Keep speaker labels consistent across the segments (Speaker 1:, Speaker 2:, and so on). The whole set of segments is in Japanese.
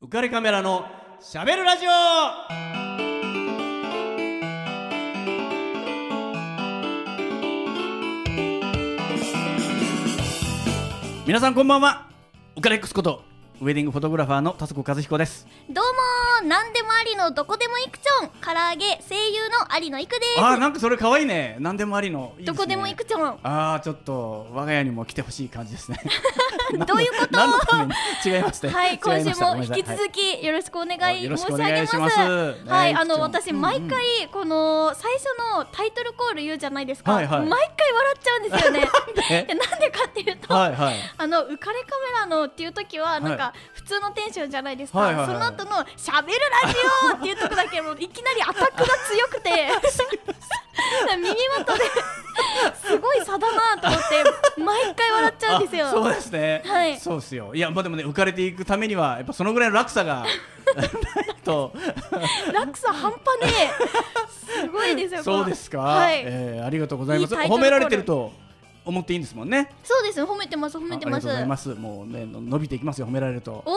Speaker 1: 浮かれカメラのしゃべるラジオ皆さんこんばんは浮かれックスことウェディングフォトグラファーの田底和彦です
Speaker 2: どうもー、なんでもありのどこでもいくちょん、唐揚げ声優の有野いくで
Speaker 1: あーなんかそれ可愛いね何でもありのいいす
Speaker 2: す。ど
Speaker 1: ね
Speaker 2: こでもいくちょん。
Speaker 1: ああちょっと我が家にも来てほしい感じですね
Speaker 2: どういうこ と
Speaker 1: 何のために違いました
Speaker 2: はい、今
Speaker 1: 違いま
Speaker 2: 週
Speaker 1: した
Speaker 2: も引き
Speaker 1: ごめんなさいはい
Speaker 2: 続きよろしくお願
Speaker 1: はいよ
Speaker 2: い
Speaker 1: ろ
Speaker 2: 申
Speaker 1: し
Speaker 2: し
Speaker 1: くお
Speaker 2: 上
Speaker 1: 願
Speaker 2: げ
Speaker 1: い
Speaker 2: ま
Speaker 1: し
Speaker 2: す。
Speaker 1: ますね
Speaker 2: はい、あ
Speaker 1: いくちょん
Speaker 2: の私毎回この最初のタイトルコール言うじゃないですか。
Speaker 1: は
Speaker 2: 毎
Speaker 1: い
Speaker 2: 回
Speaker 1: はい
Speaker 2: 笑っちゃうんですよね。
Speaker 1: え
Speaker 2: いやなんでかっていうと。
Speaker 1: はいはい
Speaker 2: あの浮かれカメラのっていう時はなん
Speaker 1: は
Speaker 2: か普通のテンションじゃないですか、
Speaker 1: はいはいはい
Speaker 2: その後の「しゃべるラジオ」っていうとこだけもういきなりアタックが強くて耳元ですごい差だなと思って毎回笑っちゃうんですよ
Speaker 1: あそうですね。
Speaker 2: はい
Speaker 1: そうですよ。いやまあでもね浮かれていくためにはやっぱそのぐらいの落差が ないと。
Speaker 2: 落差半端ねえすごいですよこの
Speaker 1: そうですか。
Speaker 2: はい、
Speaker 1: えーありがとうございます。
Speaker 2: いいタイトル
Speaker 1: 褒められてると思っていいんですもんね。
Speaker 2: そうです褒めてます褒
Speaker 1: ああ
Speaker 2: め
Speaker 1: り
Speaker 2: て
Speaker 1: がと
Speaker 2: ま
Speaker 1: う
Speaker 2: す
Speaker 1: ございます。もうねの伸びていきますよ褒められると。
Speaker 2: お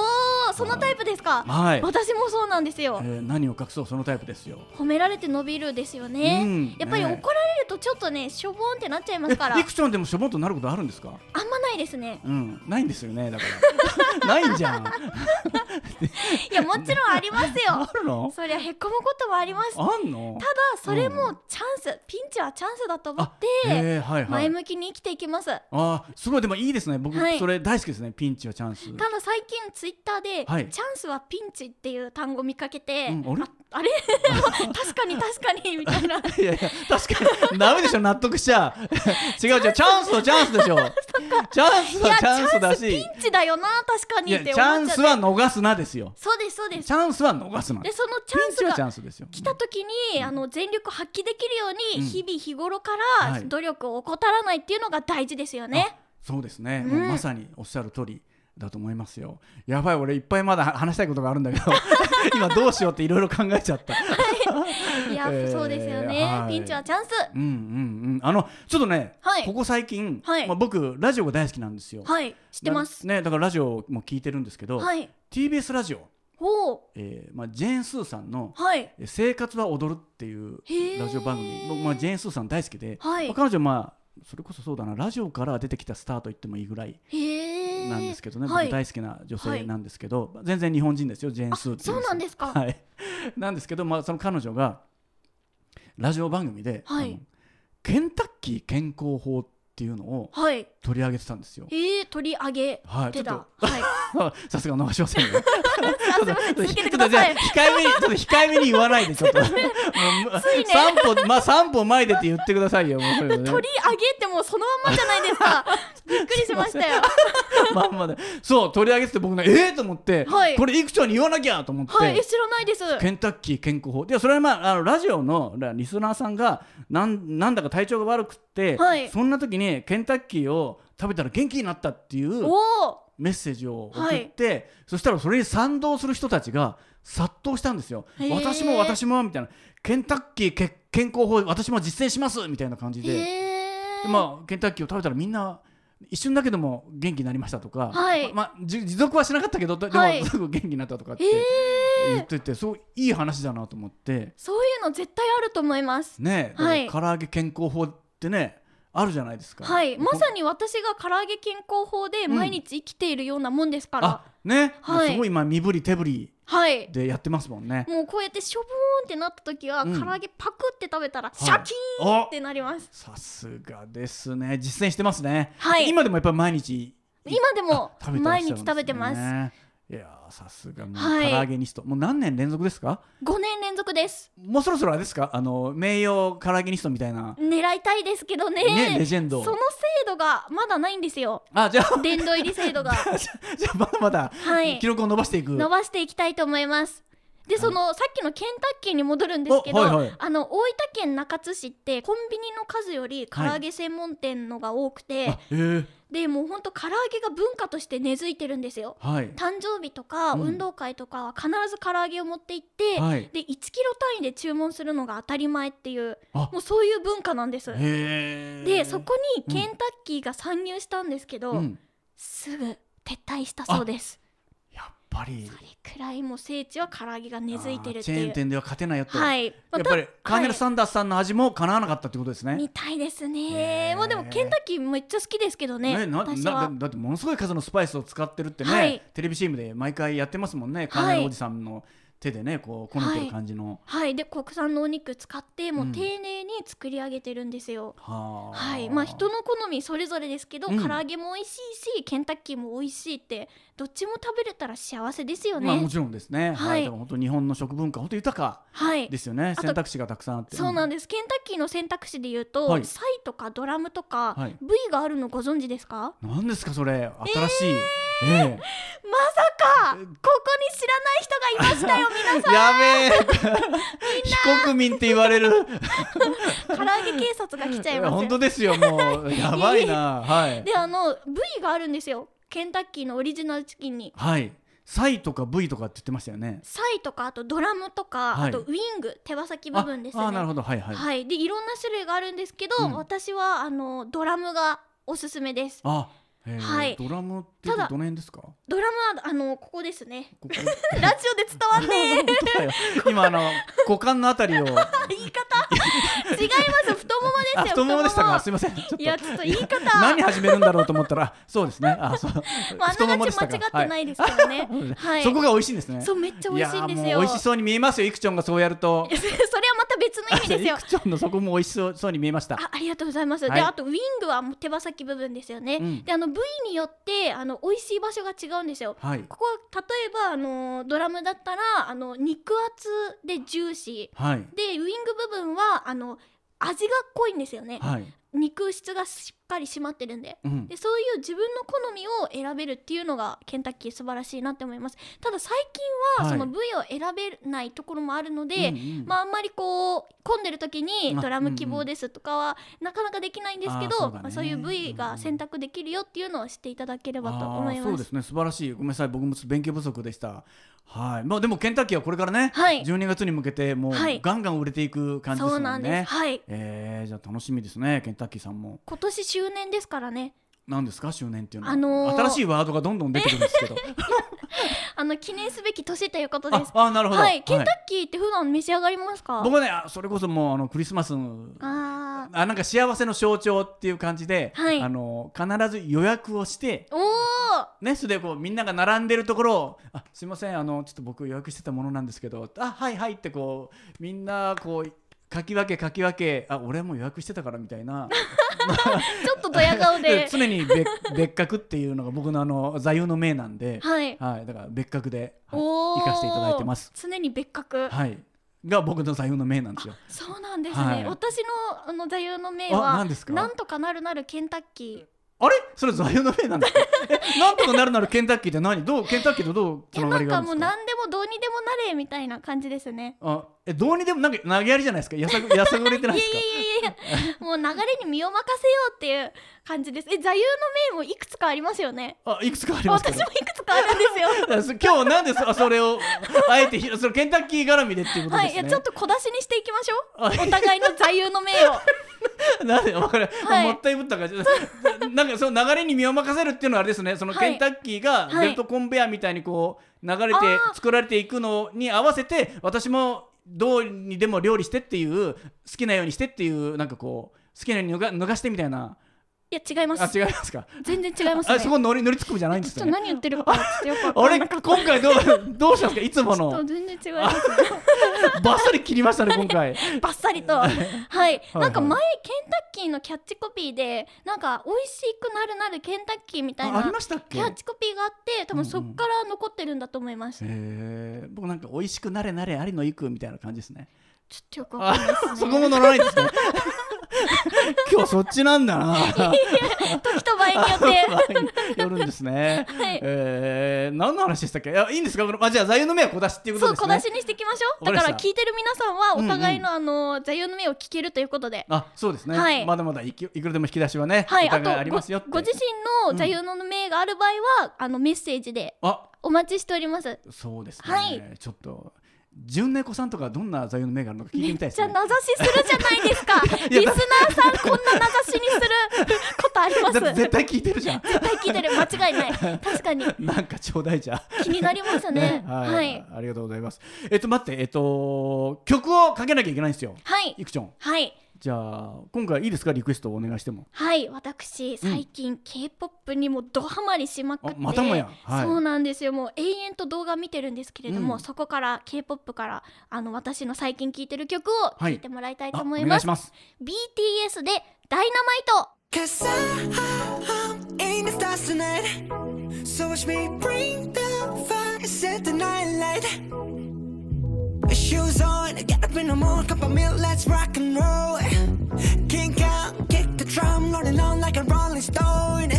Speaker 2: おそのタイプですか、
Speaker 1: はい
Speaker 2: 私もそうなんですよ、
Speaker 1: えー何を隠そうそのタイプですよ。
Speaker 2: 褒められて伸びるですよね、
Speaker 1: うん
Speaker 2: やっぱり
Speaker 1: ね
Speaker 2: 怒られるとちょっとねしょぼんってなっちゃいます から
Speaker 1: え、いくちゃんでもしょぼんとなることあるんですか。
Speaker 2: あんまないですね
Speaker 1: うん、ないんですよね。だ から。ないんじゃん。
Speaker 2: いやもちろんあります よ
Speaker 1: あるの？
Speaker 2: そりゃへこむこともありますただ
Speaker 1: あんの？
Speaker 2: それもチャンス、ピンチはチャンスだと思っ
Speaker 1: あ
Speaker 2: て
Speaker 1: へーはいは
Speaker 2: 前
Speaker 1: い。
Speaker 2: 向きに生きていきます、
Speaker 1: あー、すごいでもいいですね。僕、
Speaker 2: はい
Speaker 1: それ大好きですね。ピンチはチャンス。
Speaker 2: ただ最近ツイッターで、
Speaker 1: はい
Speaker 2: チャンスはピンチっていう単語見かけて、
Speaker 1: うんあれ
Speaker 2: あれ 確かに確かにみた いな
Speaker 1: いやいや確かにダメでしょ納得しち ゃ違う違うチャンスはチャンスでしょチャンス
Speaker 2: い
Speaker 1: は
Speaker 2: やチ
Speaker 1: チャンス
Speaker 2: ャン
Speaker 1: だ
Speaker 2: スピ
Speaker 1: し
Speaker 2: ンチだよな確か
Speaker 1: い
Speaker 2: に
Speaker 1: や
Speaker 2: っ
Speaker 1: チ
Speaker 2: て思っち
Speaker 1: ャ
Speaker 2: ゃっ
Speaker 1: ン
Speaker 2: て
Speaker 1: スは逃すなですよ
Speaker 2: そうですそうで
Speaker 1: チ
Speaker 2: す
Speaker 1: ャンスは逃すな
Speaker 2: で
Speaker 1: ピ
Speaker 2: そのチ
Speaker 1: ンチ
Speaker 2: ャン
Speaker 1: は
Speaker 2: ス
Speaker 1: チ
Speaker 2: が
Speaker 1: ャンスですよ
Speaker 2: 来た時に、あの全力発揮できるように、
Speaker 1: うん
Speaker 2: 日々日頃か
Speaker 1: は
Speaker 2: ら
Speaker 1: い
Speaker 2: 努力を怠らないっていうのが大事ですよね。
Speaker 1: そうですね、
Speaker 2: うん
Speaker 1: もうまさにおっしゃる通りだと思いますよやばい俺いっぱいまだ話したいことがあるんだ けど今どうしようっていろいろ考えちゃった
Speaker 2: いや、
Speaker 1: えー
Speaker 2: そうですよね、
Speaker 1: はい
Speaker 2: ピンチはチャンス。
Speaker 1: うんうんうんあのちょっとね、
Speaker 2: はい
Speaker 1: ここ最近、
Speaker 2: はい
Speaker 1: まあ、僕ラジオが大好きなんですよ
Speaker 2: はい、知ってます。
Speaker 1: なねだからラジオも聞いてるんですけど、
Speaker 2: はい。
Speaker 1: TBS ラジオ
Speaker 2: ほう。
Speaker 1: えーまあ、ジェーン・スーさんの
Speaker 2: はい。
Speaker 1: 「えー生活は踊る」っていう
Speaker 2: へー
Speaker 1: ラジオ番組僕、まあ、ジェーン・スーさん大好きで、
Speaker 2: はい
Speaker 1: まあ、彼女まあそれこそそうだなラジオから出てきたスターと言ってもいいぐらい
Speaker 2: へえ。
Speaker 1: なんですけどね、
Speaker 2: は
Speaker 1: 僕
Speaker 2: い。
Speaker 1: 大好きな女性なんですけど、全然日本人ですよジェーン・スーってい
Speaker 2: あそうなんですか
Speaker 1: はい、なんですけど、まあ、その彼女がラジオ番組で、
Speaker 2: はい
Speaker 1: あのケンタッキー健康法っていうのを
Speaker 2: はい。
Speaker 1: 取り上げてたんですよ。
Speaker 2: へえ、取り上げ
Speaker 1: はい
Speaker 2: て
Speaker 1: ちょ
Speaker 2: だ
Speaker 1: っ。
Speaker 2: はい。
Speaker 1: さすが長嶋さんよ。
Speaker 2: あ、すみません、
Speaker 1: ちょっと
Speaker 2: 続けて
Speaker 1: ち
Speaker 2: く
Speaker 1: ょっと
Speaker 2: だ
Speaker 1: じゃあ
Speaker 2: さい。
Speaker 1: 控えめにちょっと控えめに言わないでちょ っともう三歩まあ三歩前でって言ってくださいよもうそれね
Speaker 2: 取り上げってもうそのまんまじゃないで すか。びっくりしましたよ。
Speaker 1: まんまでそう取り上げてて僕ねええと思って、
Speaker 2: はい
Speaker 1: これいくちゃんに言わなきゃと思って、
Speaker 2: はい、え知らないです。
Speaker 1: ケンタッキー健康法でそれはまああのラジオのらリスナーさんがなんなんだか体調が悪くって、
Speaker 2: はい
Speaker 1: そんな時にケンタッキーを食べたら元気になったっていう
Speaker 2: おお。
Speaker 1: メッセージを送って、そしたらそれに賛同する人たちが殺到したんですよ。
Speaker 2: へー
Speaker 1: 私も私もみたいなケンタッキーけ健康法私も実践しますみたいな感じ
Speaker 2: へ
Speaker 1: で
Speaker 2: え。
Speaker 1: でまあ、ケンタッキーを食べたらみんな一瞬だけでも元気になりましたとか、
Speaker 2: はい
Speaker 1: まあ、じ持続はしなかったけどでで
Speaker 2: はい
Speaker 1: もすぐ元気になったとかって
Speaker 2: へえ。
Speaker 1: 言ってて、そういい話だなと思って
Speaker 2: そういうの絶対あると思います。
Speaker 1: ねえ、
Speaker 2: はい
Speaker 1: だから唐揚げ健康法ってねあるじゃないですか。
Speaker 2: はい、ま
Speaker 1: に
Speaker 2: さに私が唐揚げ健康法で
Speaker 1: うん
Speaker 2: 毎日生きているようなもんですから。
Speaker 1: あね、
Speaker 2: はい
Speaker 1: すごい今身振り手振り
Speaker 2: はい。
Speaker 1: でやってますもんね。
Speaker 2: もうこうやってしょぼーんってなった時は、
Speaker 1: うん
Speaker 2: 唐揚げパクって食べたら、
Speaker 1: い
Speaker 2: シャキーン
Speaker 1: お
Speaker 2: ってなります。
Speaker 1: さすがですね実践してますね、
Speaker 2: はい
Speaker 1: 今でもやっぱり毎日
Speaker 2: 今でも
Speaker 1: 食べてらっ
Speaker 2: 毎
Speaker 1: しゃるん
Speaker 2: 日
Speaker 1: ですね
Speaker 2: 食べてます。
Speaker 1: いやーさすがもう唐
Speaker 2: はい
Speaker 1: 揚げニスト、もう何年連続ですか
Speaker 2: 5年連続です。
Speaker 1: もうそろそろあれですかあの名誉唐揚げニストみたいな
Speaker 2: 狙いたいですけどね。
Speaker 1: ねレジェンド
Speaker 2: その制度がまだないんですよ。
Speaker 1: あじゃあ
Speaker 2: 殿堂入り制度が。
Speaker 1: じゃあまだまだ
Speaker 2: はい
Speaker 1: 記。録を伸ばしていく、
Speaker 2: 伸ばしていきたいと思います。で
Speaker 1: い
Speaker 2: そのさっきのケンタッキーに戻るんですけど、
Speaker 1: おはいはい
Speaker 2: あの大分県中津市ってコンビニの数より唐揚げ専門店のが多くて、
Speaker 1: あえー
Speaker 2: でもうほんと唐揚げが文化として根付いてるんですよ。
Speaker 1: はい
Speaker 2: 誕生日とか
Speaker 1: うん
Speaker 2: 運動会とかは必ず唐揚げを持って行って、
Speaker 1: はい
Speaker 2: で1キロ単位で注文するのが当たり前っていう
Speaker 1: あ
Speaker 2: もうそういう文化なんです。
Speaker 1: へー
Speaker 2: でそこに
Speaker 1: うん
Speaker 2: ケンタッキーが参入したんですけど、
Speaker 1: うん
Speaker 2: すぐ撤退したそうです。
Speaker 1: やっぱり
Speaker 2: それくらいもう聖地は唐揚げが根付いて
Speaker 1: あ
Speaker 2: る
Speaker 1: ー
Speaker 2: っ
Speaker 1: チ
Speaker 2: て
Speaker 1: ェーン
Speaker 2: いう
Speaker 1: 店では勝てないよと、
Speaker 2: はい
Speaker 1: や
Speaker 2: まあ
Speaker 1: ったぱりカーネ
Speaker 2: は
Speaker 1: ル・
Speaker 2: い
Speaker 1: サンダースさんの味もかなわなかったってことですね。
Speaker 2: みたいです
Speaker 1: へ
Speaker 2: ね
Speaker 1: ー
Speaker 2: まあでもケンタッキーめっちゃ好きですけどね
Speaker 1: ねな
Speaker 2: 私
Speaker 1: な
Speaker 2: は
Speaker 1: だだってものすごい数のスパイスを使ってるってね、
Speaker 2: はい
Speaker 1: テレビ CM で毎回やってますもんね、カーネルおじさんの手でねこうこねてる感じの。
Speaker 2: はいで国産のお肉使ってもううん丁寧に作り上げてるんですよ、
Speaker 1: はあ
Speaker 2: はいまあ人の好みそれぞれですけど、
Speaker 1: うん
Speaker 2: 唐揚げも美味しいしケンタッキーも美味しいってどっちも食べれたら幸せですよね、
Speaker 1: まあ、もちろんですね、
Speaker 2: はい
Speaker 1: はいでも本当日本の食文化本当豊か
Speaker 2: はい
Speaker 1: ですよね
Speaker 2: と
Speaker 1: 選択肢がたくさんあって
Speaker 2: そうなん
Speaker 1: で
Speaker 2: ですケンタッキーの選択肢で言うと、
Speaker 1: はい
Speaker 2: サイとかドラムとか、
Speaker 1: はい
Speaker 2: V があるのご存知ですか
Speaker 1: す何ですかそれ新しい、ええ
Speaker 2: ま さかここに知らない人 がいましたよ
Speaker 1: やべえ非国民って言われる
Speaker 2: 唐揚げ警察が来ちゃい
Speaker 1: いや
Speaker 2: ます
Speaker 1: 本
Speaker 2: よ
Speaker 1: 当ですよも うやばいなはい
Speaker 2: であの V があるんですよケンタッキーのオリジナルチキンに
Speaker 1: はいサイとか V とかって言ってましたよね
Speaker 2: サイとかあとドラムとか、
Speaker 1: はい
Speaker 2: あとウィング手羽先部分ですね
Speaker 1: ああなるほどはいはい、
Speaker 2: はいでいろんな種類があるんですけど、
Speaker 1: うん
Speaker 2: 私はあのドラムがおすすめです
Speaker 1: あへえ
Speaker 2: はい
Speaker 1: ドラムっていうと
Speaker 2: ただ
Speaker 1: どの辺ですかこ
Speaker 2: ドラムはあのここですね
Speaker 1: こ
Speaker 2: ラジオで伝わ んね
Speaker 1: 本当だよ今あの股間のあたりを
Speaker 2: え言い方違います太ももですよ
Speaker 1: あ太ももでしたかすいませんちょっと
Speaker 2: いやちょっと言い方
Speaker 1: 何始めるんだろうと思ったらあそうですねあそう
Speaker 2: まああ
Speaker 1: 太も
Speaker 2: な
Speaker 1: も
Speaker 2: が
Speaker 1: で
Speaker 2: ち
Speaker 1: した
Speaker 2: 間違
Speaker 1: か
Speaker 2: ってないですけどね
Speaker 1: はいそうですね
Speaker 2: はい
Speaker 1: そこが美味しいんですね
Speaker 2: そうめっちゃ美味しいんです
Speaker 1: や
Speaker 2: よ
Speaker 1: もう美味しそうに見えますよイクチョンがそうやると
Speaker 2: それはまた別の意味ですよ
Speaker 1: あイクチョンのそこも美味しそうそうに見えました
Speaker 2: あありがとうございます、
Speaker 1: はい
Speaker 2: であとウィングはもう手羽先部分ですよね、
Speaker 1: うん
Speaker 2: であの部位によってあの美味しい場所が違うんですよ
Speaker 1: はい
Speaker 2: ここは例えばあのドラムだったらあの肉厚でジューシ
Speaker 1: はい
Speaker 2: ーでウィング部分はあの味が濃いんですよね、
Speaker 1: はい
Speaker 2: 肉質がしっかり締まってるんで
Speaker 1: うん
Speaker 2: でそういう自分の好みを選べるっていうのがケンタッキー素晴らしいなって思いますただ最近は
Speaker 1: は
Speaker 2: そ
Speaker 1: い
Speaker 2: の部位を選べないところもあるので、
Speaker 1: うんうん
Speaker 2: まあ、あんまりこう混んでる時に
Speaker 1: まあ
Speaker 2: ドラム希望ですとかはなかなかできないんですけど、
Speaker 1: あーそうだね
Speaker 2: まあ、そういう部
Speaker 1: う
Speaker 2: 位
Speaker 1: んう
Speaker 2: が
Speaker 1: ん
Speaker 2: 選択できるよっていうのを知っていただければと思
Speaker 1: あ
Speaker 2: い
Speaker 1: ーそう
Speaker 2: ま。
Speaker 1: ですすね素晴らしいごめんなさい僕も勉強不足でしたはいまあでもケンタッキーはこれからね、
Speaker 2: はい
Speaker 1: 12月に向けてもう
Speaker 2: はい
Speaker 1: ガンガン売れていく感じですも
Speaker 2: そう
Speaker 1: ね、
Speaker 2: んなんです。はい。
Speaker 1: えー、じゃあ楽しみですねケンタッキーさんも
Speaker 2: 今年周年ですからね。
Speaker 1: 何ですか周年っていうのは、
Speaker 2: あのー
Speaker 1: 新しいワードがどんどん出てくるんです けど
Speaker 2: あの記念すべき年ということで
Speaker 1: あ
Speaker 2: す。
Speaker 1: あなるほど、
Speaker 2: はい。ケンタッキーって普段召し上がりますか？
Speaker 1: 僕はねあそれこそもうあのクリスマス
Speaker 2: ああ。
Speaker 1: あなんか幸せの象徴っていう感じで、
Speaker 2: はい
Speaker 1: あの必ず予約をして
Speaker 2: おお。
Speaker 1: ね、それでこうみんなが並んでるところを「あすいませんあのちょっと僕予約してたものなんですけどあはいはい」ってこうみんなこうかき分けかき分け「あ俺も予約してたから」みたいな
Speaker 2: ちょっとドヤ 顔で。
Speaker 1: 常に別別格っていうのが僕のあの座右の銘なんで、
Speaker 2: はい。
Speaker 1: はい、だから別格で、はい
Speaker 2: おお。
Speaker 1: 行かせていただいてます。
Speaker 2: 常に別格。
Speaker 1: はい、が僕の座右の銘なんですよ。
Speaker 2: そうなんですね。
Speaker 1: はい
Speaker 2: 私のあの座右の銘
Speaker 1: あ
Speaker 2: は
Speaker 1: 何ですか
Speaker 2: なんとかなるなるケンタッキー。
Speaker 1: あれそれ座右の銘なんですかえなんとかなるならケンタッキーって何どうケンタッキーとどう
Speaker 2: い
Speaker 1: つ
Speaker 2: や
Speaker 1: なが
Speaker 2: な
Speaker 1: り
Speaker 2: ん
Speaker 1: があ
Speaker 2: か
Speaker 1: るん
Speaker 2: も
Speaker 1: で
Speaker 2: う
Speaker 1: すか
Speaker 2: 何でもどうにでもなれみたいな感じですね。
Speaker 1: あえどうにでもなんか投げやりじゃないですかやさ ぐやさぐれてない
Speaker 2: い
Speaker 1: で
Speaker 2: や
Speaker 1: す
Speaker 2: い
Speaker 1: か
Speaker 2: やいやい やもう流れに身を任せようっていう感じです。え座右の銘もいくつかありますよね。
Speaker 1: あいくつかありますけ
Speaker 2: 私
Speaker 1: ど
Speaker 2: もいくつかあるんですよ。
Speaker 1: あそ今日なんでそあそれをあえてひそれケンタッキー絡みでっていうことです
Speaker 2: は
Speaker 1: ね。
Speaker 2: い、いやちょっと小出しにしていきましょう。
Speaker 1: あ
Speaker 2: お互いの座 右の銘を。
Speaker 1: なんでわかる、
Speaker 2: はい
Speaker 1: もったいぶった感じ。なんかその流れに身を任せるっていうのはあれですね。その
Speaker 2: は
Speaker 1: ケ
Speaker 2: い
Speaker 1: ンタッキーが
Speaker 2: は
Speaker 1: ベ
Speaker 2: い
Speaker 1: ルトコンベヤーみたいにこう流れて
Speaker 2: あー
Speaker 1: 作られていくのに合わせて私もどうにでも料理してっていう好きなようにしてっていうなんかこう好きなように脱が脱がしてみたいな。
Speaker 2: いや違いま
Speaker 1: あ
Speaker 2: す。
Speaker 1: 違いますか。
Speaker 2: 全然違いますね。
Speaker 1: あそこ乗り乗りつくじゃないんです
Speaker 2: ちょ
Speaker 1: よ
Speaker 2: っと
Speaker 1: ね。
Speaker 2: 何言ってるかちょっとよくわか
Speaker 1: あ
Speaker 2: ん
Speaker 1: れ
Speaker 2: なか
Speaker 1: 今
Speaker 2: った。
Speaker 1: 回どうどうしたんですかいつも
Speaker 2: ちょっと
Speaker 1: の
Speaker 2: 全然違います。
Speaker 1: バッサリ切りましたね今 回。
Speaker 2: バッサリとはいなんか前ケンタッキーのキャッチコピーでなんか美味しくなるなるケンタッキーみたい
Speaker 1: ああり
Speaker 2: な
Speaker 1: ましたっけ
Speaker 2: キャッチコピーがあって多分そっから残ってるんだと思います、
Speaker 1: へえ僕なんか美味しくなれなれありのいくみたいな感じですね
Speaker 2: ちょっとよくわ
Speaker 1: あ
Speaker 2: かんないですね
Speaker 1: そこも乗らないんですね 今日そっちなんだな
Speaker 2: 時と場合によって
Speaker 1: 寄るんですね、
Speaker 2: はい
Speaker 1: えー、何の話でしたっけいやいいんですかこれあじゃあ座右の銘は小出しっていうこ
Speaker 2: そ
Speaker 1: と
Speaker 2: う
Speaker 1: です
Speaker 2: 小
Speaker 1: ね
Speaker 2: 出しにしていきましょう
Speaker 1: わか
Speaker 2: だ
Speaker 1: りま
Speaker 2: か
Speaker 1: した
Speaker 2: ら聞いてる皆さんはお互いのあの座右の銘を聞けるということで、
Speaker 1: あそうですね、
Speaker 2: はい
Speaker 1: まだまだいきいくらでも引き出しはね、
Speaker 2: はい
Speaker 1: お
Speaker 2: あと
Speaker 1: 互いありますよって
Speaker 2: ごご自身の座右の銘がある場合は、あのメッセージで
Speaker 1: あ
Speaker 2: お待ちしております
Speaker 1: そうですね、
Speaker 2: はい
Speaker 1: ちょっと純猫さんとかどんな座右の銘があるのか聞いてみたいです
Speaker 2: じゃあ
Speaker 1: ね
Speaker 2: 名指しするじゃないですか
Speaker 1: いや
Speaker 2: リスナーさんこんな名指しにすることありま
Speaker 1: だ
Speaker 2: す
Speaker 1: って絶
Speaker 2: 絶
Speaker 1: 対聞いてるじゃん
Speaker 2: 対聞いてる間違いない確かに
Speaker 1: なんかちょうだいじゃん
Speaker 2: 気になりましたねはいは
Speaker 1: はいい、ありがとうございますえっと待ってえっと曲をかけなきゃいけないんですよ
Speaker 2: はい、
Speaker 1: いくちょん
Speaker 2: はい
Speaker 1: じゃあ今回いいですかリクエストお願いしても
Speaker 2: 私最近 k p o p にもドハマりしまく
Speaker 1: あ
Speaker 2: って、
Speaker 1: またもやんはい
Speaker 2: そうなんですよもう永遠と動画見てるんですけれども、
Speaker 1: うん
Speaker 2: そこから k p o p からあの私の最近聴いてる曲を聴
Speaker 1: はい
Speaker 2: いてもらいたいと
Speaker 1: あお
Speaker 2: 思い
Speaker 1: 願
Speaker 2: ま
Speaker 1: い
Speaker 2: す
Speaker 1: し、ます
Speaker 2: BTS で「ダイナマイト」
Speaker 3: Cause I, I, I'm in the stars tonight. So watch me bring the fire, set the night light. Shoes on, get up in the morning, cup of milk, let's rock and roll. Kink out, kick the drum, rolling on like a rolling stone.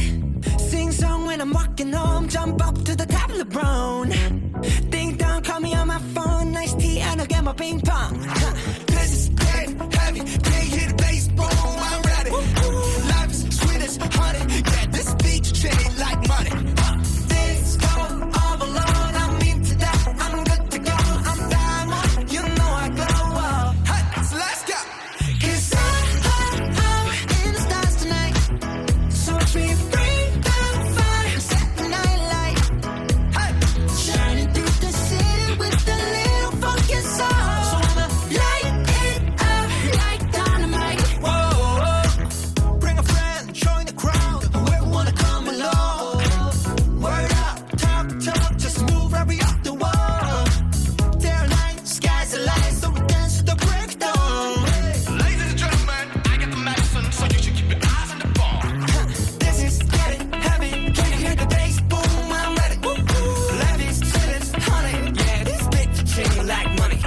Speaker 3: Sing song when I'm walking home, jump up to the top of LeBron. Ding dong, call me on my phone, nice tea, and I'll get my ping pong. Huh. This is dead heavy, can't hit a baseball, I'm ready. Life is sweet as honey, yeah, this beach chain like money. Huh. Things go all alone, I'm into that, I'm good to go, I'm diamond, you know I glow up. Hey, so let's go. Cause I, I, I'm in the stars tonight. So watch me bring the fire, set the night light. Shining through the city with a little funky soul. So I'ma light it up like dynamite. Whoa, bring a friend, join the crowd. Whoever wanna come along. Word up, talk, talk, just move every up the wall. Their light, skies are light, so we dance to the breakdown.
Speaker 4: Ladies and gentlemen, I got the medicine, so you should keep your eyes on the ball.
Speaker 3: This is getting heavy. Can you hear the bass? Boom, I'm ready. Life is serious, honey. Yeah, this bitch is treating like money.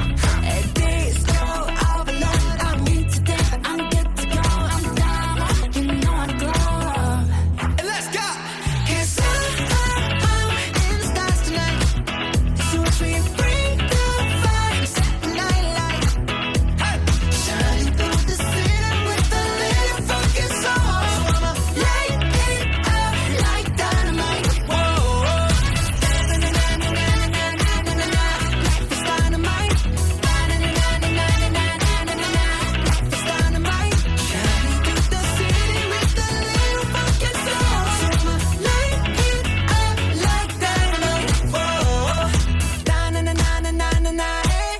Speaker 3: At this girl, all alone. I'm into death. I'm good to go. I'm down. You know I glow. And let's go. Cause I, I, I'm in the stars tonight. So watch me bring the fire, set the night light. Shining through the city with a little fucking soul. So I'ma light it up like dynamite. Na-na-na-na-na-na-na-na-na-na. Life is dynamite. Na-na-na-na-na-na-na-na-na. Life is dynamite. Shining through the city with a little fucking soul. So I'ma light it up like dynamite. Na-na-na-na-na-na-na. Hey.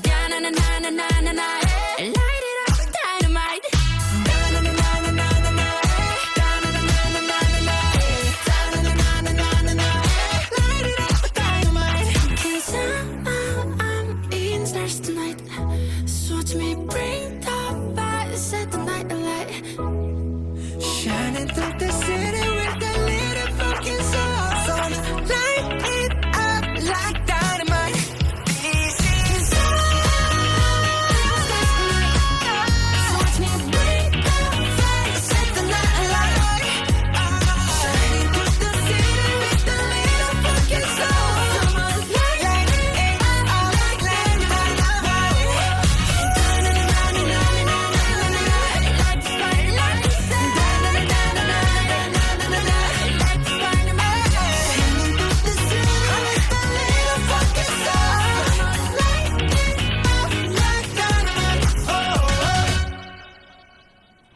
Speaker 3: Na-na-na-na-na-na-na. Hey.
Speaker 5: Light it up with dynamite.
Speaker 3: Cause
Speaker 5: I, I'm in stars tonight. So watch me bring the fire, set the night alight.
Speaker 3: Shining through the city with a little fucking soul. So I'ma light it up like dynamite. This is So watch me break the fire, set the night alight. Shining through the city with a little fucking soul. So I'ma light it up like dynamite. Oh.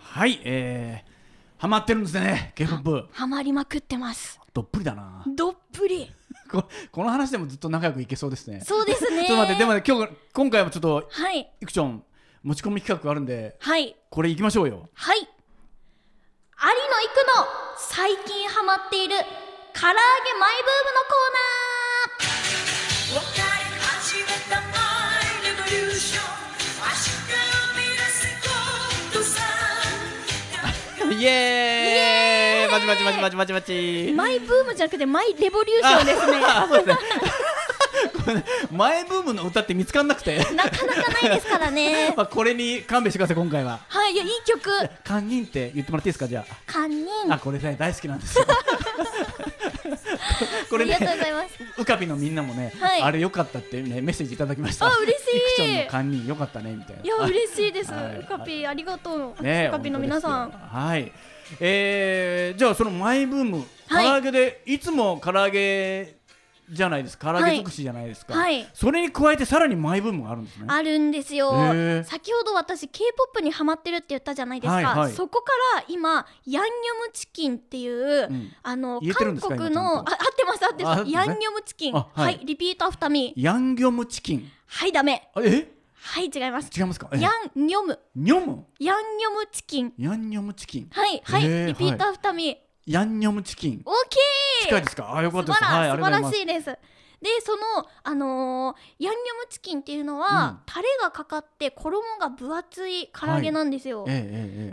Speaker 1: はいえーハマってるんですね k p o p
Speaker 2: ハマりまくってます
Speaker 1: どっぷりだな
Speaker 2: どっぷり
Speaker 1: ここの話でもずっと仲良くいけそうですね
Speaker 2: そうですね
Speaker 1: ちょっと待ってでもね今日今回もちょっと
Speaker 2: はい
Speaker 1: いくちょん持ち込み企画があるんで
Speaker 2: はい
Speaker 1: これ行きましょうよ
Speaker 2: はい有野行くの最近ハマっている唐揚げマイブームのコーナー
Speaker 1: イエーイまちまちまちまちまちまち
Speaker 2: マイブームじゃなくてマイレボリューションですね。
Speaker 1: あそうですね ごめんね前ブームの歌って見つかんなくて
Speaker 2: なかなかないですからね。
Speaker 1: まあこれに勘弁してください今回は
Speaker 2: はい、いやいい曲。
Speaker 1: 堪忍って言ってもらっていいですかじゃ
Speaker 2: 堪忍。
Speaker 1: ああこれね大好きなんですよ これ
Speaker 2: ありがとうござ
Speaker 1: ね
Speaker 2: い ます。
Speaker 1: うかびのみんなもね、
Speaker 2: はい
Speaker 1: あれ良かったってねメッセージいただきました
Speaker 2: あ嬉しい
Speaker 1: いくちょんの堪忍良かったねみたいない
Speaker 2: や嬉しいです。
Speaker 1: はいう
Speaker 2: かぴありがとう。
Speaker 1: ね
Speaker 2: うかぴの皆さん。
Speaker 1: 本当ですよはいえー、じゃあそのマイブーム唐
Speaker 2: はい
Speaker 1: 揚げで、い、つも唐揚げじゃないですか唐揚げ尽くしじゃないですか、
Speaker 2: はい
Speaker 1: それに加えてさらにマイブームがあるんですね
Speaker 2: あるんですよ、
Speaker 1: へー
Speaker 2: 先ほど私 k p o p にハマってるって言ったじゃないですか、
Speaker 1: はいはい
Speaker 2: そこから今ヤンニョムチキンっていう、
Speaker 1: ん
Speaker 2: あの
Speaker 1: 言えてるん
Speaker 2: 韓
Speaker 1: ですか
Speaker 2: 国
Speaker 1: 今ちゃ
Speaker 2: の
Speaker 1: ん
Speaker 2: あ合っ
Speaker 1: と
Speaker 2: てます合ってま
Speaker 1: あ合
Speaker 2: す、
Speaker 1: ってね
Speaker 2: ヤンニョムチキン
Speaker 1: あ
Speaker 2: は
Speaker 1: はい
Speaker 2: い、リピートアフターミー
Speaker 1: ヤンギョムチキン
Speaker 2: はいダメ
Speaker 1: あえ
Speaker 2: はい違います
Speaker 1: 違いますかえ
Speaker 2: ヤンニョム
Speaker 1: ニョム
Speaker 2: ヤンニョムチキン
Speaker 1: ヤンニョムチキン
Speaker 2: はいは
Speaker 1: へー
Speaker 2: いリピートアフターミー、
Speaker 1: ヤンニョムチキン
Speaker 2: オーケー
Speaker 1: 近いですかあよかった
Speaker 2: 素
Speaker 1: です
Speaker 2: 晴
Speaker 1: はい
Speaker 2: ら
Speaker 1: ありがとう
Speaker 2: 素晴
Speaker 1: ご
Speaker 2: ら
Speaker 1: ざい
Speaker 2: しいです。でその、あのーヤンニョムチキンっていうのは、タレがかかって衣が分厚い唐揚げなんですよ。
Speaker 1: ますえええ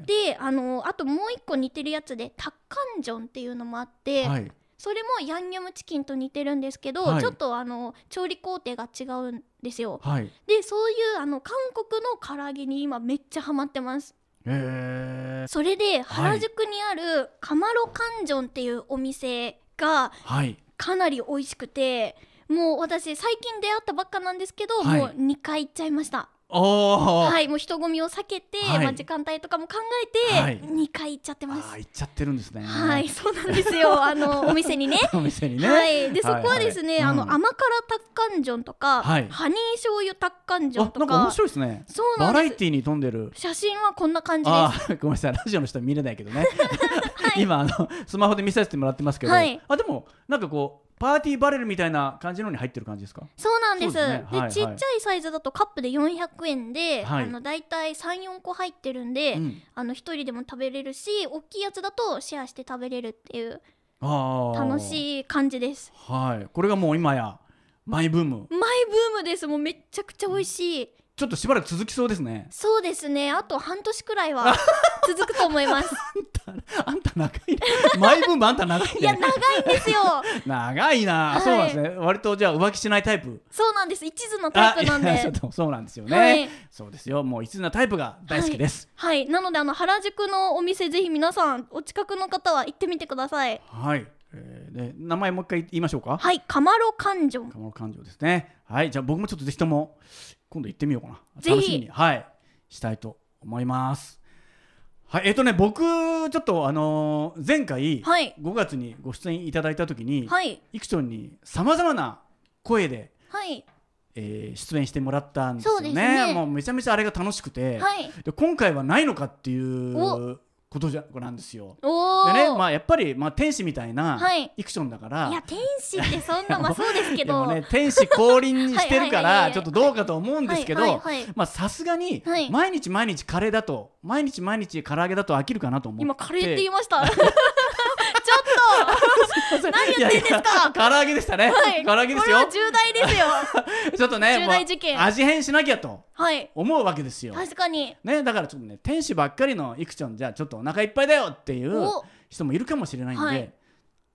Speaker 1: ええ
Speaker 2: で、あのーあともう一個似てるやつでタッカンジョンっていうのもあって、
Speaker 1: えはい
Speaker 2: それもヤンニョムチキンと似てるんですけど、
Speaker 1: はい
Speaker 2: ちょっと、あのー調理工程が違うんですよ。
Speaker 1: はい
Speaker 2: でそういうあの韓国の唐揚げに今めっちゃハマってます。
Speaker 1: ええ
Speaker 2: それで原宿にあるカマロカンジョンっていうお店が
Speaker 1: はい
Speaker 2: かなり美味しくてもう私最近出会ったばっかなんですけど、
Speaker 1: はい
Speaker 2: もう2回行っちゃいました
Speaker 1: おお、
Speaker 2: はいもう人混みを避けて、
Speaker 1: はい
Speaker 2: まあ、時間帯とかも考
Speaker 1: は
Speaker 2: え
Speaker 1: い
Speaker 2: て2回行っちゃって
Speaker 1: あ
Speaker 2: ます
Speaker 1: ー行っちゃってるんですね
Speaker 2: はいそうなんです よあのお店にね
Speaker 1: お店にね
Speaker 2: はい、でそこはですね、
Speaker 1: いい
Speaker 2: あの
Speaker 1: うん
Speaker 2: 甘辛タッカンジョンとか、
Speaker 1: はい
Speaker 2: ハニー醤油タッカンジョン
Speaker 1: あ
Speaker 2: と
Speaker 1: な
Speaker 2: か
Speaker 1: んか面白いですね
Speaker 2: そうな
Speaker 1: バ
Speaker 2: ん
Speaker 1: ラ
Speaker 2: です
Speaker 1: エティーに富んでる
Speaker 2: 写真はこんな感じで
Speaker 1: あーごめんなさいラジオの人は見れないけどね、 今あのスマホで見させてもらってますけど、
Speaker 2: はい
Speaker 1: あでもなんかこうパーティーバレルみたいな感じのに入ってる感じですか
Speaker 2: すそうなんです
Speaker 1: そうですねは
Speaker 2: で
Speaker 1: いはい
Speaker 2: ちっちゃいサイズだとカップで400円で、
Speaker 1: はい
Speaker 2: あのだいたい34個入ってるんで、
Speaker 1: うん
Speaker 2: あの一人でも食べれるし大きいやつだとシェアして食べれるっていう
Speaker 1: あ
Speaker 2: 楽
Speaker 1: い、
Speaker 2: しい感じです
Speaker 1: はい、これがもう今やマイブーム
Speaker 2: マイブームですもうめっちゃくちゃ美味しい
Speaker 1: ちょっとしばらく続きそうですね
Speaker 2: そうですねあと半年くらいは続くと思います
Speaker 1: あんた長いねマイブームあんた長いね
Speaker 2: いや長いんですよ
Speaker 1: 長いな、
Speaker 2: はい
Speaker 1: そうなんですね割とじゃあ浮気しないタイプ
Speaker 2: そうなんです一途なタイプなん
Speaker 1: あいや
Speaker 2: で
Speaker 1: そうそうなんですよね、
Speaker 2: はい
Speaker 1: そうですよもう一途なタイプが大好きです
Speaker 2: はいなのであの原宿のお店ぜひ皆さんお近くの方は行ってみてください
Speaker 1: はい、えーで名前もう一回言いましょうか
Speaker 2: はいカマロカンジョン
Speaker 1: 鴨の感情ですね。はい、じゃあ僕もちょっとぜひとも今度行ってみようかな。
Speaker 2: ぜひ
Speaker 1: 楽しみに、はい、したいと思います。はい、えっ、とね、僕ちょっとあのー前回、
Speaker 2: はい
Speaker 1: 5月にご出演いただいた時に、
Speaker 2: はい
Speaker 1: いくちょんにさまざまな声で、
Speaker 2: はい
Speaker 1: えー出演してもらったんですよ
Speaker 2: そう
Speaker 1: ね。
Speaker 2: ですね
Speaker 1: もうめちゃめちゃあれが楽しくて、
Speaker 2: はい
Speaker 1: で今回はないのかっていう
Speaker 2: お
Speaker 1: ことじゃなんですよ。
Speaker 2: お
Speaker 1: で
Speaker 2: ー
Speaker 1: ね、まあやっぱりまあ天使みたいな
Speaker 2: はい
Speaker 1: イクションだから、
Speaker 2: いや天使ってそんなまあそうですけ
Speaker 1: で
Speaker 2: ど
Speaker 1: もね天使降臨にしてるか
Speaker 2: はいはいはいは
Speaker 1: ら
Speaker 2: い
Speaker 1: ちょっとどうかと思うんですけ
Speaker 2: は
Speaker 1: ど
Speaker 2: いはいはい
Speaker 1: まあさすがに
Speaker 2: はい
Speaker 1: 毎日毎日カレーだと毎日毎日唐揚げだと飽きるかなと思って
Speaker 2: 今カレーって言い
Speaker 1: ま
Speaker 2: ましたちょっ
Speaker 1: す何
Speaker 2: 言ってんですか
Speaker 1: 唐揚げでしたね、
Speaker 2: と、はい、
Speaker 1: 唐揚げで
Speaker 2: こ
Speaker 1: す
Speaker 2: れ
Speaker 1: よ
Speaker 2: は重大ですよ
Speaker 1: ちょっとね
Speaker 2: 重大事件
Speaker 1: まあ味変しなきゃと
Speaker 2: はい
Speaker 1: 思うわけですよ
Speaker 2: 確かに
Speaker 1: ねだからちょっとね天使ばっかりのいくちゃんじゃちょっとお腹いっぱいだよっていう
Speaker 2: お
Speaker 1: 人もいるかもしれないんで、
Speaker 2: はい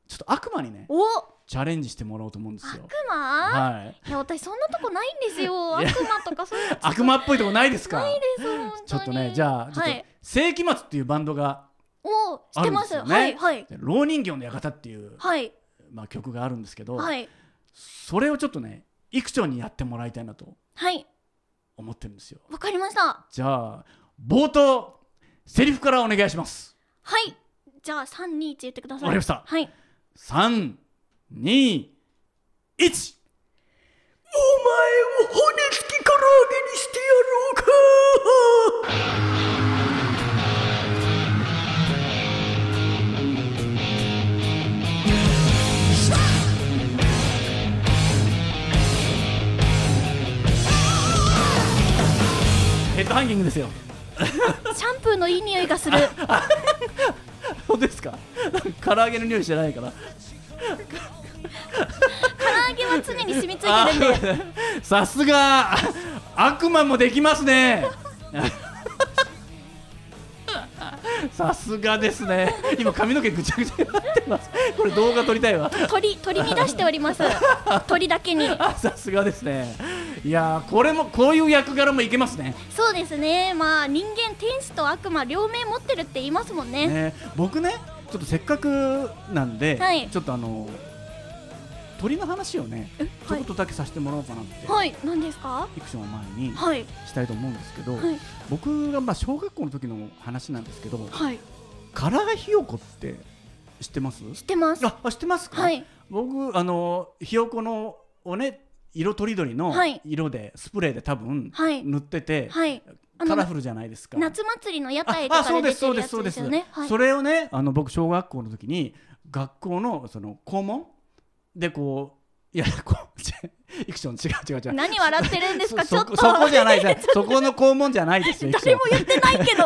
Speaker 1: ちょっと悪魔にね
Speaker 2: お
Speaker 1: チャレンジしてもらおうと思うんですよ
Speaker 2: 悪魔、
Speaker 1: はい
Speaker 2: い、や私そんなとこないんですよ悪魔とかそういうの
Speaker 1: 悪魔っぽいとこないですか
Speaker 2: ないです本当に
Speaker 1: ちょっとねじゃあちょっ
Speaker 2: は
Speaker 1: と
Speaker 2: い
Speaker 1: 世紀末っていうバンドが
Speaker 2: お知
Speaker 1: あ
Speaker 2: って
Speaker 1: るん
Speaker 2: ま
Speaker 1: ですすよね。
Speaker 2: はいはい
Speaker 1: で老人形の館っていう、
Speaker 2: はい
Speaker 1: まあ、曲があるんですけど、
Speaker 2: はい
Speaker 1: それをちょっとねいくちょにやってもらいたいなと
Speaker 2: はい
Speaker 1: 思ってるんですよ。
Speaker 2: わかりましたは
Speaker 1: じゃあ冒頭セリフからお願いします。
Speaker 2: いじゃあ三二一言ってください
Speaker 1: わかりました
Speaker 2: はい
Speaker 1: 三二一お前を骨付き唐揚げにしてやろうかヘッドハンギングですよ。
Speaker 2: シャンプーのいい匂い がする
Speaker 1: 本当ですか。 唐揚げの匂いしてないから。
Speaker 2: 唐揚げは常に染みつい てるんで
Speaker 1: あさすが悪魔もできますねさすがですね今髪の毛ぐちゃぐちゃになってますこれ動画撮りたいわ
Speaker 2: 取り取り乱しております鳥だけに
Speaker 1: あさすがですねいやーこれもこういう役柄もいけますね
Speaker 2: そうですねまあ人間天使と悪魔両面持ってるって言いますもんね
Speaker 1: ね僕ねちょっとせっかくなんで、
Speaker 2: はい
Speaker 1: ちょっとあの鳥の話をねちょ
Speaker 2: はい
Speaker 1: っとだけさせてもらおうかなって、
Speaker 2: はい何ですか
Speaker 1: フィクションを前に
Speaker 2: はい
Speaker 1: したいと思うんですけど、
Speaker 2: はい
Speaker 1: 僕がまあ小学校の時の話なんですけど、
Speaker 2: はい
Speaker 1: 唐揚げひよこって知ってます
Speaker 2: 知ってます
Speaker 1: ああ知ってますか、
Speaker 2: はい
Speaker 1: 僕あのひよこのをね色とりどりの
Speaker 2: はい
Speaker 1: 色で、スプレーで多分
Speaker 2: はい
Speaker 1: 塗ってて、
Speaker 2: はいあ
Speaker 1: カ
Speaker 2: の
Speaker 1: ラフルじゃないですか
Speaker 2: 夏祭りの屋
Speaker 1: あ
Speaker 2: 台と
Speaker 1: あ
Speaker 2: か
Speaker 1: そうで
Speaker 2: で出
Speaker 1: す
Speaker 2: て
Speaker 1: そう
Speaker 2: る
Speaker 1: で
Speaker 2: や
Speaker 1: すそ
Speaker 2: つ
Speaker 1: う
Speaker 2: で
Speaker 1: ですす
Speaker 2: よねはい
Speaker 1: それをねあの僕小学校の時に学校のその校門でこういやこうちイクション違う違う違う
Speaker 2: 何笑ってるんですかち
Speaker 1: そ
Speaker 2: ょ
Speaker 1: そ
Speaker 2: っと
Speaker 1: こそこじゃないですそこの校門じゃないですよイクショ
Speaker 2: 誰
Speaker 1: ン
Speaker 2: も言ってないけど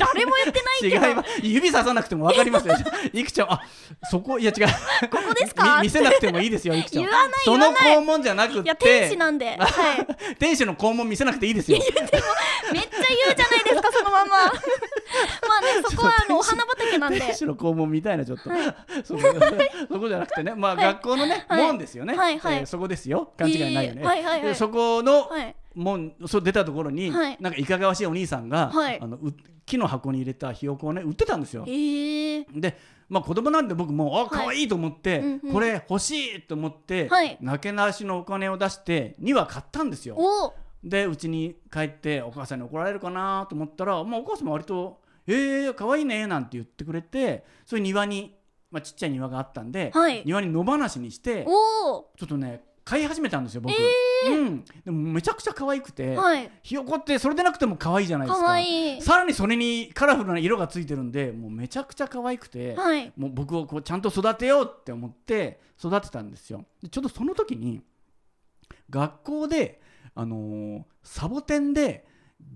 Speaker 2: 誰も言ってない
Speaker 1: 違
Speaker 2: け
Speaker 1: い
Speaker 2: ど
Speaker 1: ます指ささなくても分かり ますよいくちゃんあそこいや違う
Speaker 2: ここですか
Speaker 1: み見せなくてもいいですよいくちゃん
Speaker 2: 言わない
Speaker 1: そ
Speaker 2: 言
Speaker 1: の
Speaker 2: わない
Speaker 1: 肛門じゃなくって
Speaker 2: いや天使なんで、はい、
Speaker 1: 天使の肛門見せなくていいですよ
Speaker 2: めっちゃ言うじゃないですかそのまま まあねそこはあのお花畑なんで
Speaker 1: 天使の肛門みたいなちょっと、そこ そこじゃなくてねまあ、
Speaker 2: はい
Speaker 1: 学校のね、
Speaker 2: はい
Speaker 1: 門ですよね、
Speaker 2: はいはい
Speaker 1: えーそこですよ勘違いないよね、
Speaker 2: えーはいはいはい
Speaker 1: でそこの
Speaker 2: はい
Speaker 1: 門そう出たところに、
Speaker 2: はい
Speaker 1: なんかいかがわしいお兄さんが、
Speaker 2: はい
Speaker 1: あのう木の箱に入れたひよこをね売ってたんですよ
Speaker 2: えー、
Speaker 1: で、まあ、子供なんで僕もあ可愛いと思って、
Speaker 2: うんうん
Speaker 1: これ欲しいと思って、
Speaker 2: はい
Speaker 1: なけなしのお金を出して2羽買ったんですよ。
Speaker 2: お
Speaker 1: でうちに帰ってお母さんに怒られるかなと思ったら、まあ、お母さんも割と「えー、可愛いね」なんて言ってくれてそれ庭に、まあ、ちっちゃい庭があったんで、
Speaker 2: はい
Speaker 1: 庭に野放しにして
Speaker 2: お
Speaker 1: ちょっとね飼い始めたんですよ僕、うん。でもめちゃくちゃ可愛くて、
Speaker 2: はい
Speaker 1: ひよこってそれでなくても可愛いじゃないですか。
Speaker 2: 可愛い
Speaker 1: さらにそれにカラフルな色がついてるんでもうめちゃくちゃ可愛くて、
Speaker 2: はい
Speaker 1: もう僕をこうちゃんと育てようって思って育てたんですよ。でちょうどその時に学校で、あのーサボテンで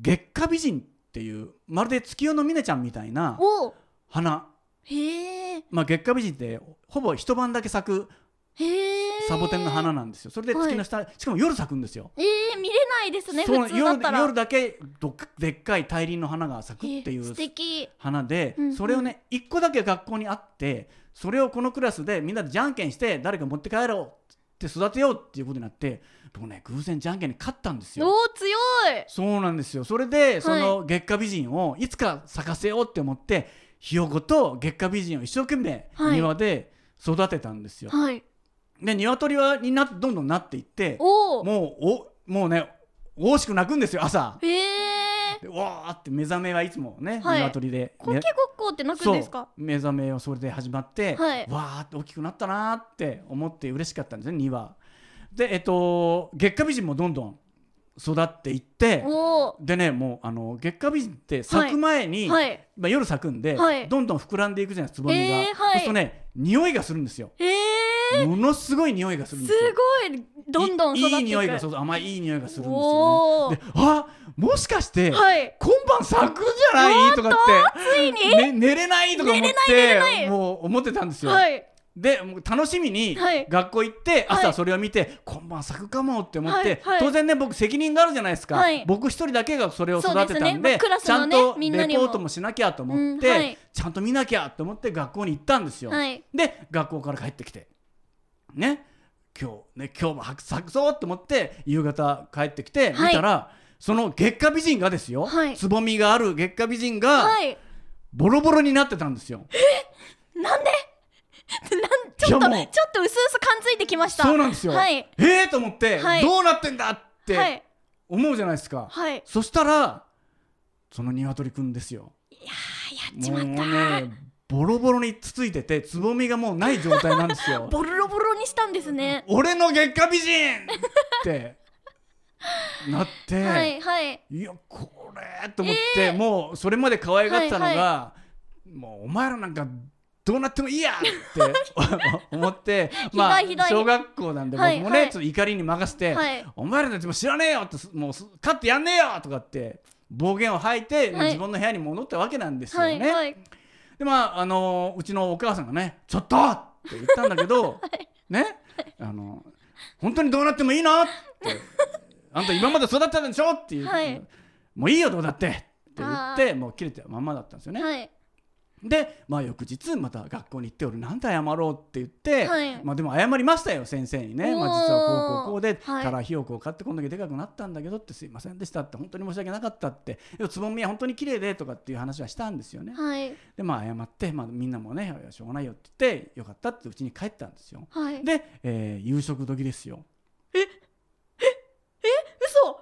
Speaker 1: 月下美人っていうまるで月夜のミネちゃんみたいな
Speaker 2: お
Speaker 1: 花、
Speaker 2: へえ
Speaker 1: まあ、月下美人ってほぼ一晩だけ咲く
Speaker 2: へえ
Speaker 1: サボテンの花なんですよ。それで月の下、しかも夜咲くんですよ。
Speaker 2: えー、見れないですね
Speaker 1: そう
Speaker 2: 普通だったら
Speaker 1: 夜夜だけどっかでっかい大輪の花が咲くってい
Speaker 2: えー
Speaker 1: う
Speaker 2: 素敵
Speaker 1: 花で、
Speaker 2: うんうん
Speaker 1: それをね1個だけ学校にあってそれをこのクラスでみんなでじゃんけんして誰か持って帰ろうって育てようっていうことになって僕ね偶然じゃんけんに勝ったんです
Speaker 2: お
Speaker 1: よ。
Speaker 2: お強い
Speaker 1: そうなんですよそれでその月下美人をいつか咲かせようって思って、ひよこと月下美人を一生懸命
Speaker 2: はい
Speaker 1: 庭で育てたんですよ。
Speaker 2: はい
Speaker 1: で鶏はになってどんどんなっていって
Speaker 2: おお
Speaker 1: もうおもうね惜しく泣くんですよ朝。
Speaker 2: へえ
Speaker 1: でわーって目覚めはいつもね、
Speaker 2: はい
Speaker 1: 鶏で。
Speaker 2: コケごっこって泣くん
Speaker 1: そ
Speaker 2: で
Speaker 1: う
Speaker 2: すか
Speaker 1: 目覚めをそれで始まって、
Speaker 2: はい
Speaker 1: わーって大きくなったなーって思って嬉しかったんですね2羽でえっと月下美人もどんどん育っていって
Speaker 2: おお
Speaker 1: でねもうあの月下美人って咲く前に、
Speaker 2: はい
Speaker 1: まあ、夜咲くんで、
Speaker 2: はい
Speaker 1: どんどん膨らんでいくじゃないですかつぼみが、
Speaker 2: えーはい
Speaker 1: そうするとね匂いがするんですよ
Speaker 2: へえ
Speaker 1: ものすごい匂いがするん
Speaker 2: す
Speaker 1: ですよ
Speaker 2: ごいどんどん育っていく
Speaker 1: いい匂いがそうそう甘いいい匂いがするんですよ
Speaker 2: お
Speaker 1: ねで
Speaker 2: ー
Speaker 1: あもしかして、
Speaker 2: はい
Speaker 1: 今晩咲くんじゃないとかって
Speaker 2: ついに、
Speaker 1: ね、寝れないとか思っ
Speaker 2: 寝れない寝れな
Speaker 1: て
Speaker 2: い
Speaker 1: もう思ってたんですよ、
Speaker 2: はい
Speaker 1: でもう楽しみに
Speaker 2: はい
Speaker 1: 学校行って
Speaker 2: はい
Speaker 1: 朝それを見て、今晩咲くかもって思って、
Speaker 2: はいはい
Speaker 1: 当然ね僕責任があるじゃないですか、
Speaker 2: はい
Speaker 1: 僕一人だけがそれを育てた
Speaker 2: そうですね
Speaker 1: ん
Speaker 2: ま
Speaker 1: で
Speaker 2: あクラス
Speaker 1: ちゃ
Speaker 2: の
Speaker 1: ん
Speaker 2: ね
Speaker 1: と
Speaker 2: み
Speaker 1: レ
Speaker 2: ん
Speaker 1: ポ
Speaker 2: なにも
Speaker 1: ートもしなきゃと思って、
Speaker 2: うんはい
Speaker 1: ちゃんと見なきゃと思って学校に行ったんですよ、
Speaker 2: はい
Speaker 1: で学校から帰ってきてね今日ね今日も咲くぞって思って夕方帰ってきて見
Speaker 2: はい
Speaker 1: たら、その月下美人がですよ、
Speaker 2: はい
Speaker 1: つぼみがある月下美人が、
Speaker 2: はい
Speaker 1: ボロボロになってたんですよ。
Speaker 2: なんで なんちょっ
Speaker 1: いや
Speaker 2: と
Speaker 1: もう
Speaker 2: ちょっと薄々感づいてきました
Speaker 1: そうなんですよ。
Speaker 2: はい
Speaker 1: えーと思って、
Speaker 2: はい
Speaker 1: どうなってんだっ
Speaker 2: は
Speaker 1: て
Speaker 2: い
Speaker 1: 思うじゃないですか。
Speaker 2: はい
Speaker 1: そしたらその鶏くんですよ。
Speaker 2: あやっち
Speaker 1: も
Speaker 2: ま
Speaker 1: う
Speaker 2: った、
Speaker 1: ねボロボロにつついててつぼみがもうない状態なんです よ。
Speaker 2: ボロボロにしたんですね
Speaker 1: 俺の月下美人ってな って、
Speaker 2: はいはい
Speaker 1: いやこれと思って、もうそれまで可愛がってたのが、
Speaker 2: はい
Speaker 1: もうお前らなんかどうなってもいいやっ て思って
Speaker 2: ひどいひどい
Speaker 1: 小学校なんで僕も
Speaker 2: はい
Speaker 1: ね、
Speaker 2: はい
Speaker 1: ちょっと怒りに任せて、
Speaker 2: はい
Speaker 1: お前らたちも知らねえよってもうす勝ってやんねえよとかって暴言を吐いて、
Speaker 2: はい
Speaker 1: 自分の部屋に戻ったわけなんですよ
Speaker 2: は
Speaker 1: ね。
Speaker 2: いはい
Speaker 1: でまああのうちのお母さんがね「ちょっと!」って言ったんだけ ど、ねあの本当にどうなってもいいなって「あんた今まで育ってたんでしょ?」っていう、
Speaker 2: はい
Speaker 1: もういいよどうだって」って言っ
Speaker 2: あ
Speaker 1: てもう切れてまんまだったんですよね。
Speaker 2: はい
Speaker 1: でまあ翌日また学校に行って「俺なんで謝ろう」って言って、
Speaker 2: はい
Speaker 1: まあでも謝りましたよ先生にね、まあ、
Speaker 2: おー
Speaker 1: 実はこうこうこうで、
Speaker 2: はい
Speaker 1: からひよこを買ってこんだけでかくなったんだけどってすいませんでしたって本当に申し訳なかったってでもつぼみは本当に綺麗でとかっていう話はしたんですよね。
Speaker 2: はい
Speaker 1: でまあ謝って、まあ、みんなもねしょうがないよって言ってよかったってうちに帰ったんですよ
Speaker 2: はい
Speaker 1: で、えー夕食時ですよ
Speaker 2: 嘘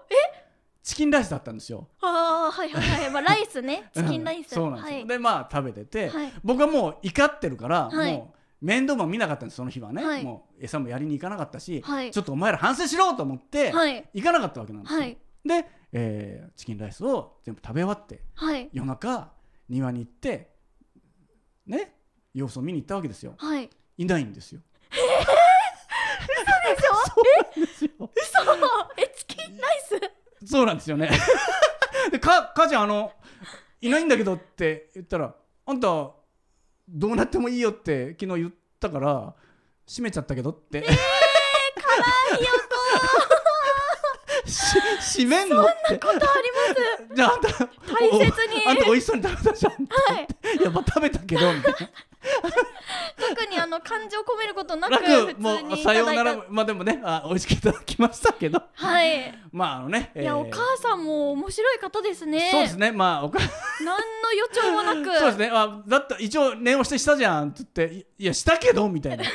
Speaker 2: え
Speaker 1: チキンライスだったんですよ
Speaker 2: ああはいはいはい、まあ、ライスねチキンライス
Speaker 1: そうなんですよ、
Speaker 2: はい
Speaker 1: でまあ食べてて、
Speaker 2: はい
Speaker 1: 僕はもう怒ってるから、
Speaker 2: はい
Speaker 1: もう面倒も見なかったんですその日はね、
Speaker 2: はい
Speaker 1: もう餌もやりに行かなかったし、
Speaker 2: はい
Speaker 1: ちょっとお前ら反省しろと思って、
Speaker 2: はい
Speaker 1: 行かなかったわけなんですよ、
Speaker 2: はい
Speaker 1: で、えーチキンライスを全部食べ終わって
Speaker 2: はい
Speaker 1: 夜中庭に行ってね様子を見に行ったわけですよ
Speaker 2: はい
Speaker 1: いないんですよ
Speaker 2: でしょそうえチキンライス
Speaker 1: そうなんですよねでか母ちゃんあのいないんだけどって言ったらあんたどうなってもいいよって昨日言ったから閉めちゃったけどって、し閉めんのって
Speaker 2: ことあります
Speaker 1: じゃああんた
Speaker 2: 大切に
Speaker 1: おあんた美味しそうに食べたじゃんって、
Speaker 2: はい
Speaker 1: い、やまあ食べたけどみたい
Speaker 2: 特にあの感情込めることな
Speaker 1: な
Speaker 2: く普
Speaker 1: 楽
Speaker 2: 通
Speaker 1: もう
Speaker 2: にい
Speaker 1: さ
Speaker 2: た
Speaker 1: よう
Speaker 2: だい
Speaker 1: な
Speaker 2: た
Speaker 1: らまあでもねあ美味しくいただきましたけど
Speaker 2: はいい
Speaker 1: まああのねえ
Speaker 2: や
Speaker 1: ー
Speaker 2: お母さんも面白い方ですね
Speaker 1: そうですねまあお母さん
Speaker 2: 何の予兆もなく
Speaker 1: そうですねあだった一応念押してしたじゃんって言っていいやしたけどみ たいな
Speaker 2: い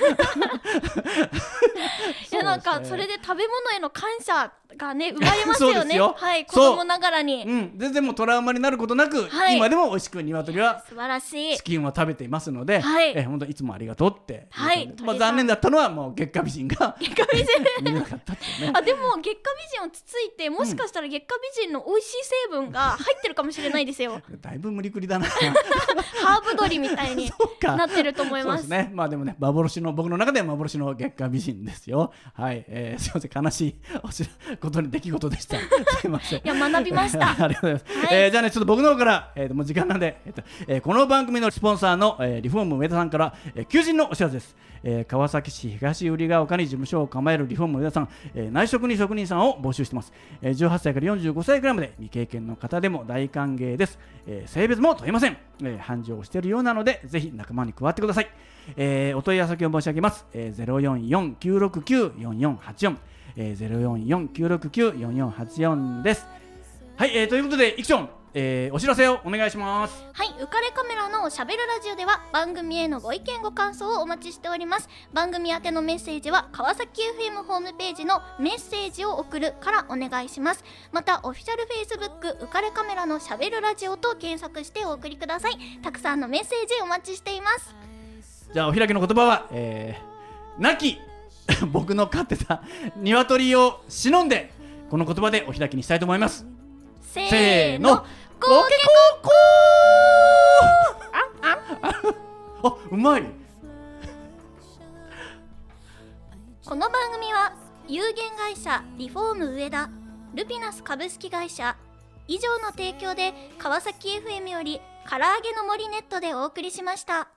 Speaker 2: やなん
Speaker 1: そう
Speaker 2: か
Speaker 1: です
Speaker 2: そ
Speaker 1: ね
Speaker 2: れで食べ物への感謝がね生まれます
Speaker 1: そ
Speaker 2: よ
Speaker 1: うで
Speaker 2: ね
Speaker 1: すよ
Speaker 2: はい子
Speaker 1: そう
Speaker 2: 供ながらに
Speaker 1: うん全然もうトラウマになることなく、
Speaker 2: はい
Speaker 1: 今でも美味しく鶏は
Speaker 2: 素晴らしい
Speaker 1: チキンは食べていますので、
Speaker 2: はい
Speaker 1: えー本当いつもありがとうってう感じ
Speaker 2: はい
Speaker 1: まあ、残念だったのはもう月下美人が
Speaker 2: 月下美
Speaker 1: 見
Speaker 2: 人
Speaker 1: なかったって いうね
Speaker 2: あでも月下美人をつついてもしかしたら月下美人の美味しい成分が入ってるかもしれないですよ
Speaker 1: だいぶ無理くりだな
Speaker 2: ハーブ鶏みたいに
Speaker 1: そうか
Speaker 2: なってると思いま
Speaker 1: そう
Speaker 2: す
Speaker 1: ですねまあでもね幻の僕の中では幻の月下美人ですよはい、えーすいません悲し いお知らことに出来事でしたすいません
Speaker 2: いや学びまし た
Speaker 1: ありがとうございます。
Speaker 2: はい
Speaker 1: えーじゃあね、ちょっと僕の方から、えーと、もう時間なんで、えーとえーこの番組のスポンサーの、えーリフォーム上田さんから、えー求人のお知らせです。えー川崎市東売ヶ丘に事務所を構えるリフォーム上田さん、えー内職に職人さんを募集してます。えー18歳から45歳くらいまで未経験の方でも大歓迎です。えー性別も問いません。えー繁盛しているようなので、ぜひ仲間に加わってください。えーお問い合わせ先を申し上げます。えー、044-969-4484。えー、044-969-4484です。はい、えー、ということで、イクション、えー、お知らせをお願いします。
Speaker 2: はい、浮かれカメラのしゃべるラジオでは番組へのご意見ご感想をお待ちしております番組宛てのメッセージは川崎 FM ホームページのメッセージを送るからお願いしますまたオフィシャル Facebook 浮かれカメラのしゃべるラジオと検索してお送りくださいたくさんのメッセージお待ちしています
Speaker 1: じゃあ、お開きの言葉は、えー、亡き 僕の飼ってた鶏を忍んで、この言葉でお開きにしたいと思います。
Speaker 2: せ
Speaker 1: せーの、
Speaker 2: ゴーケ
Speaker 1: ココーあ、うまい。
Speaker 2: この番組は有限会社リフォーム上田ルピナス株式会社以上の提供で川崎 FM より唐揚げの森ネットでお送りしました。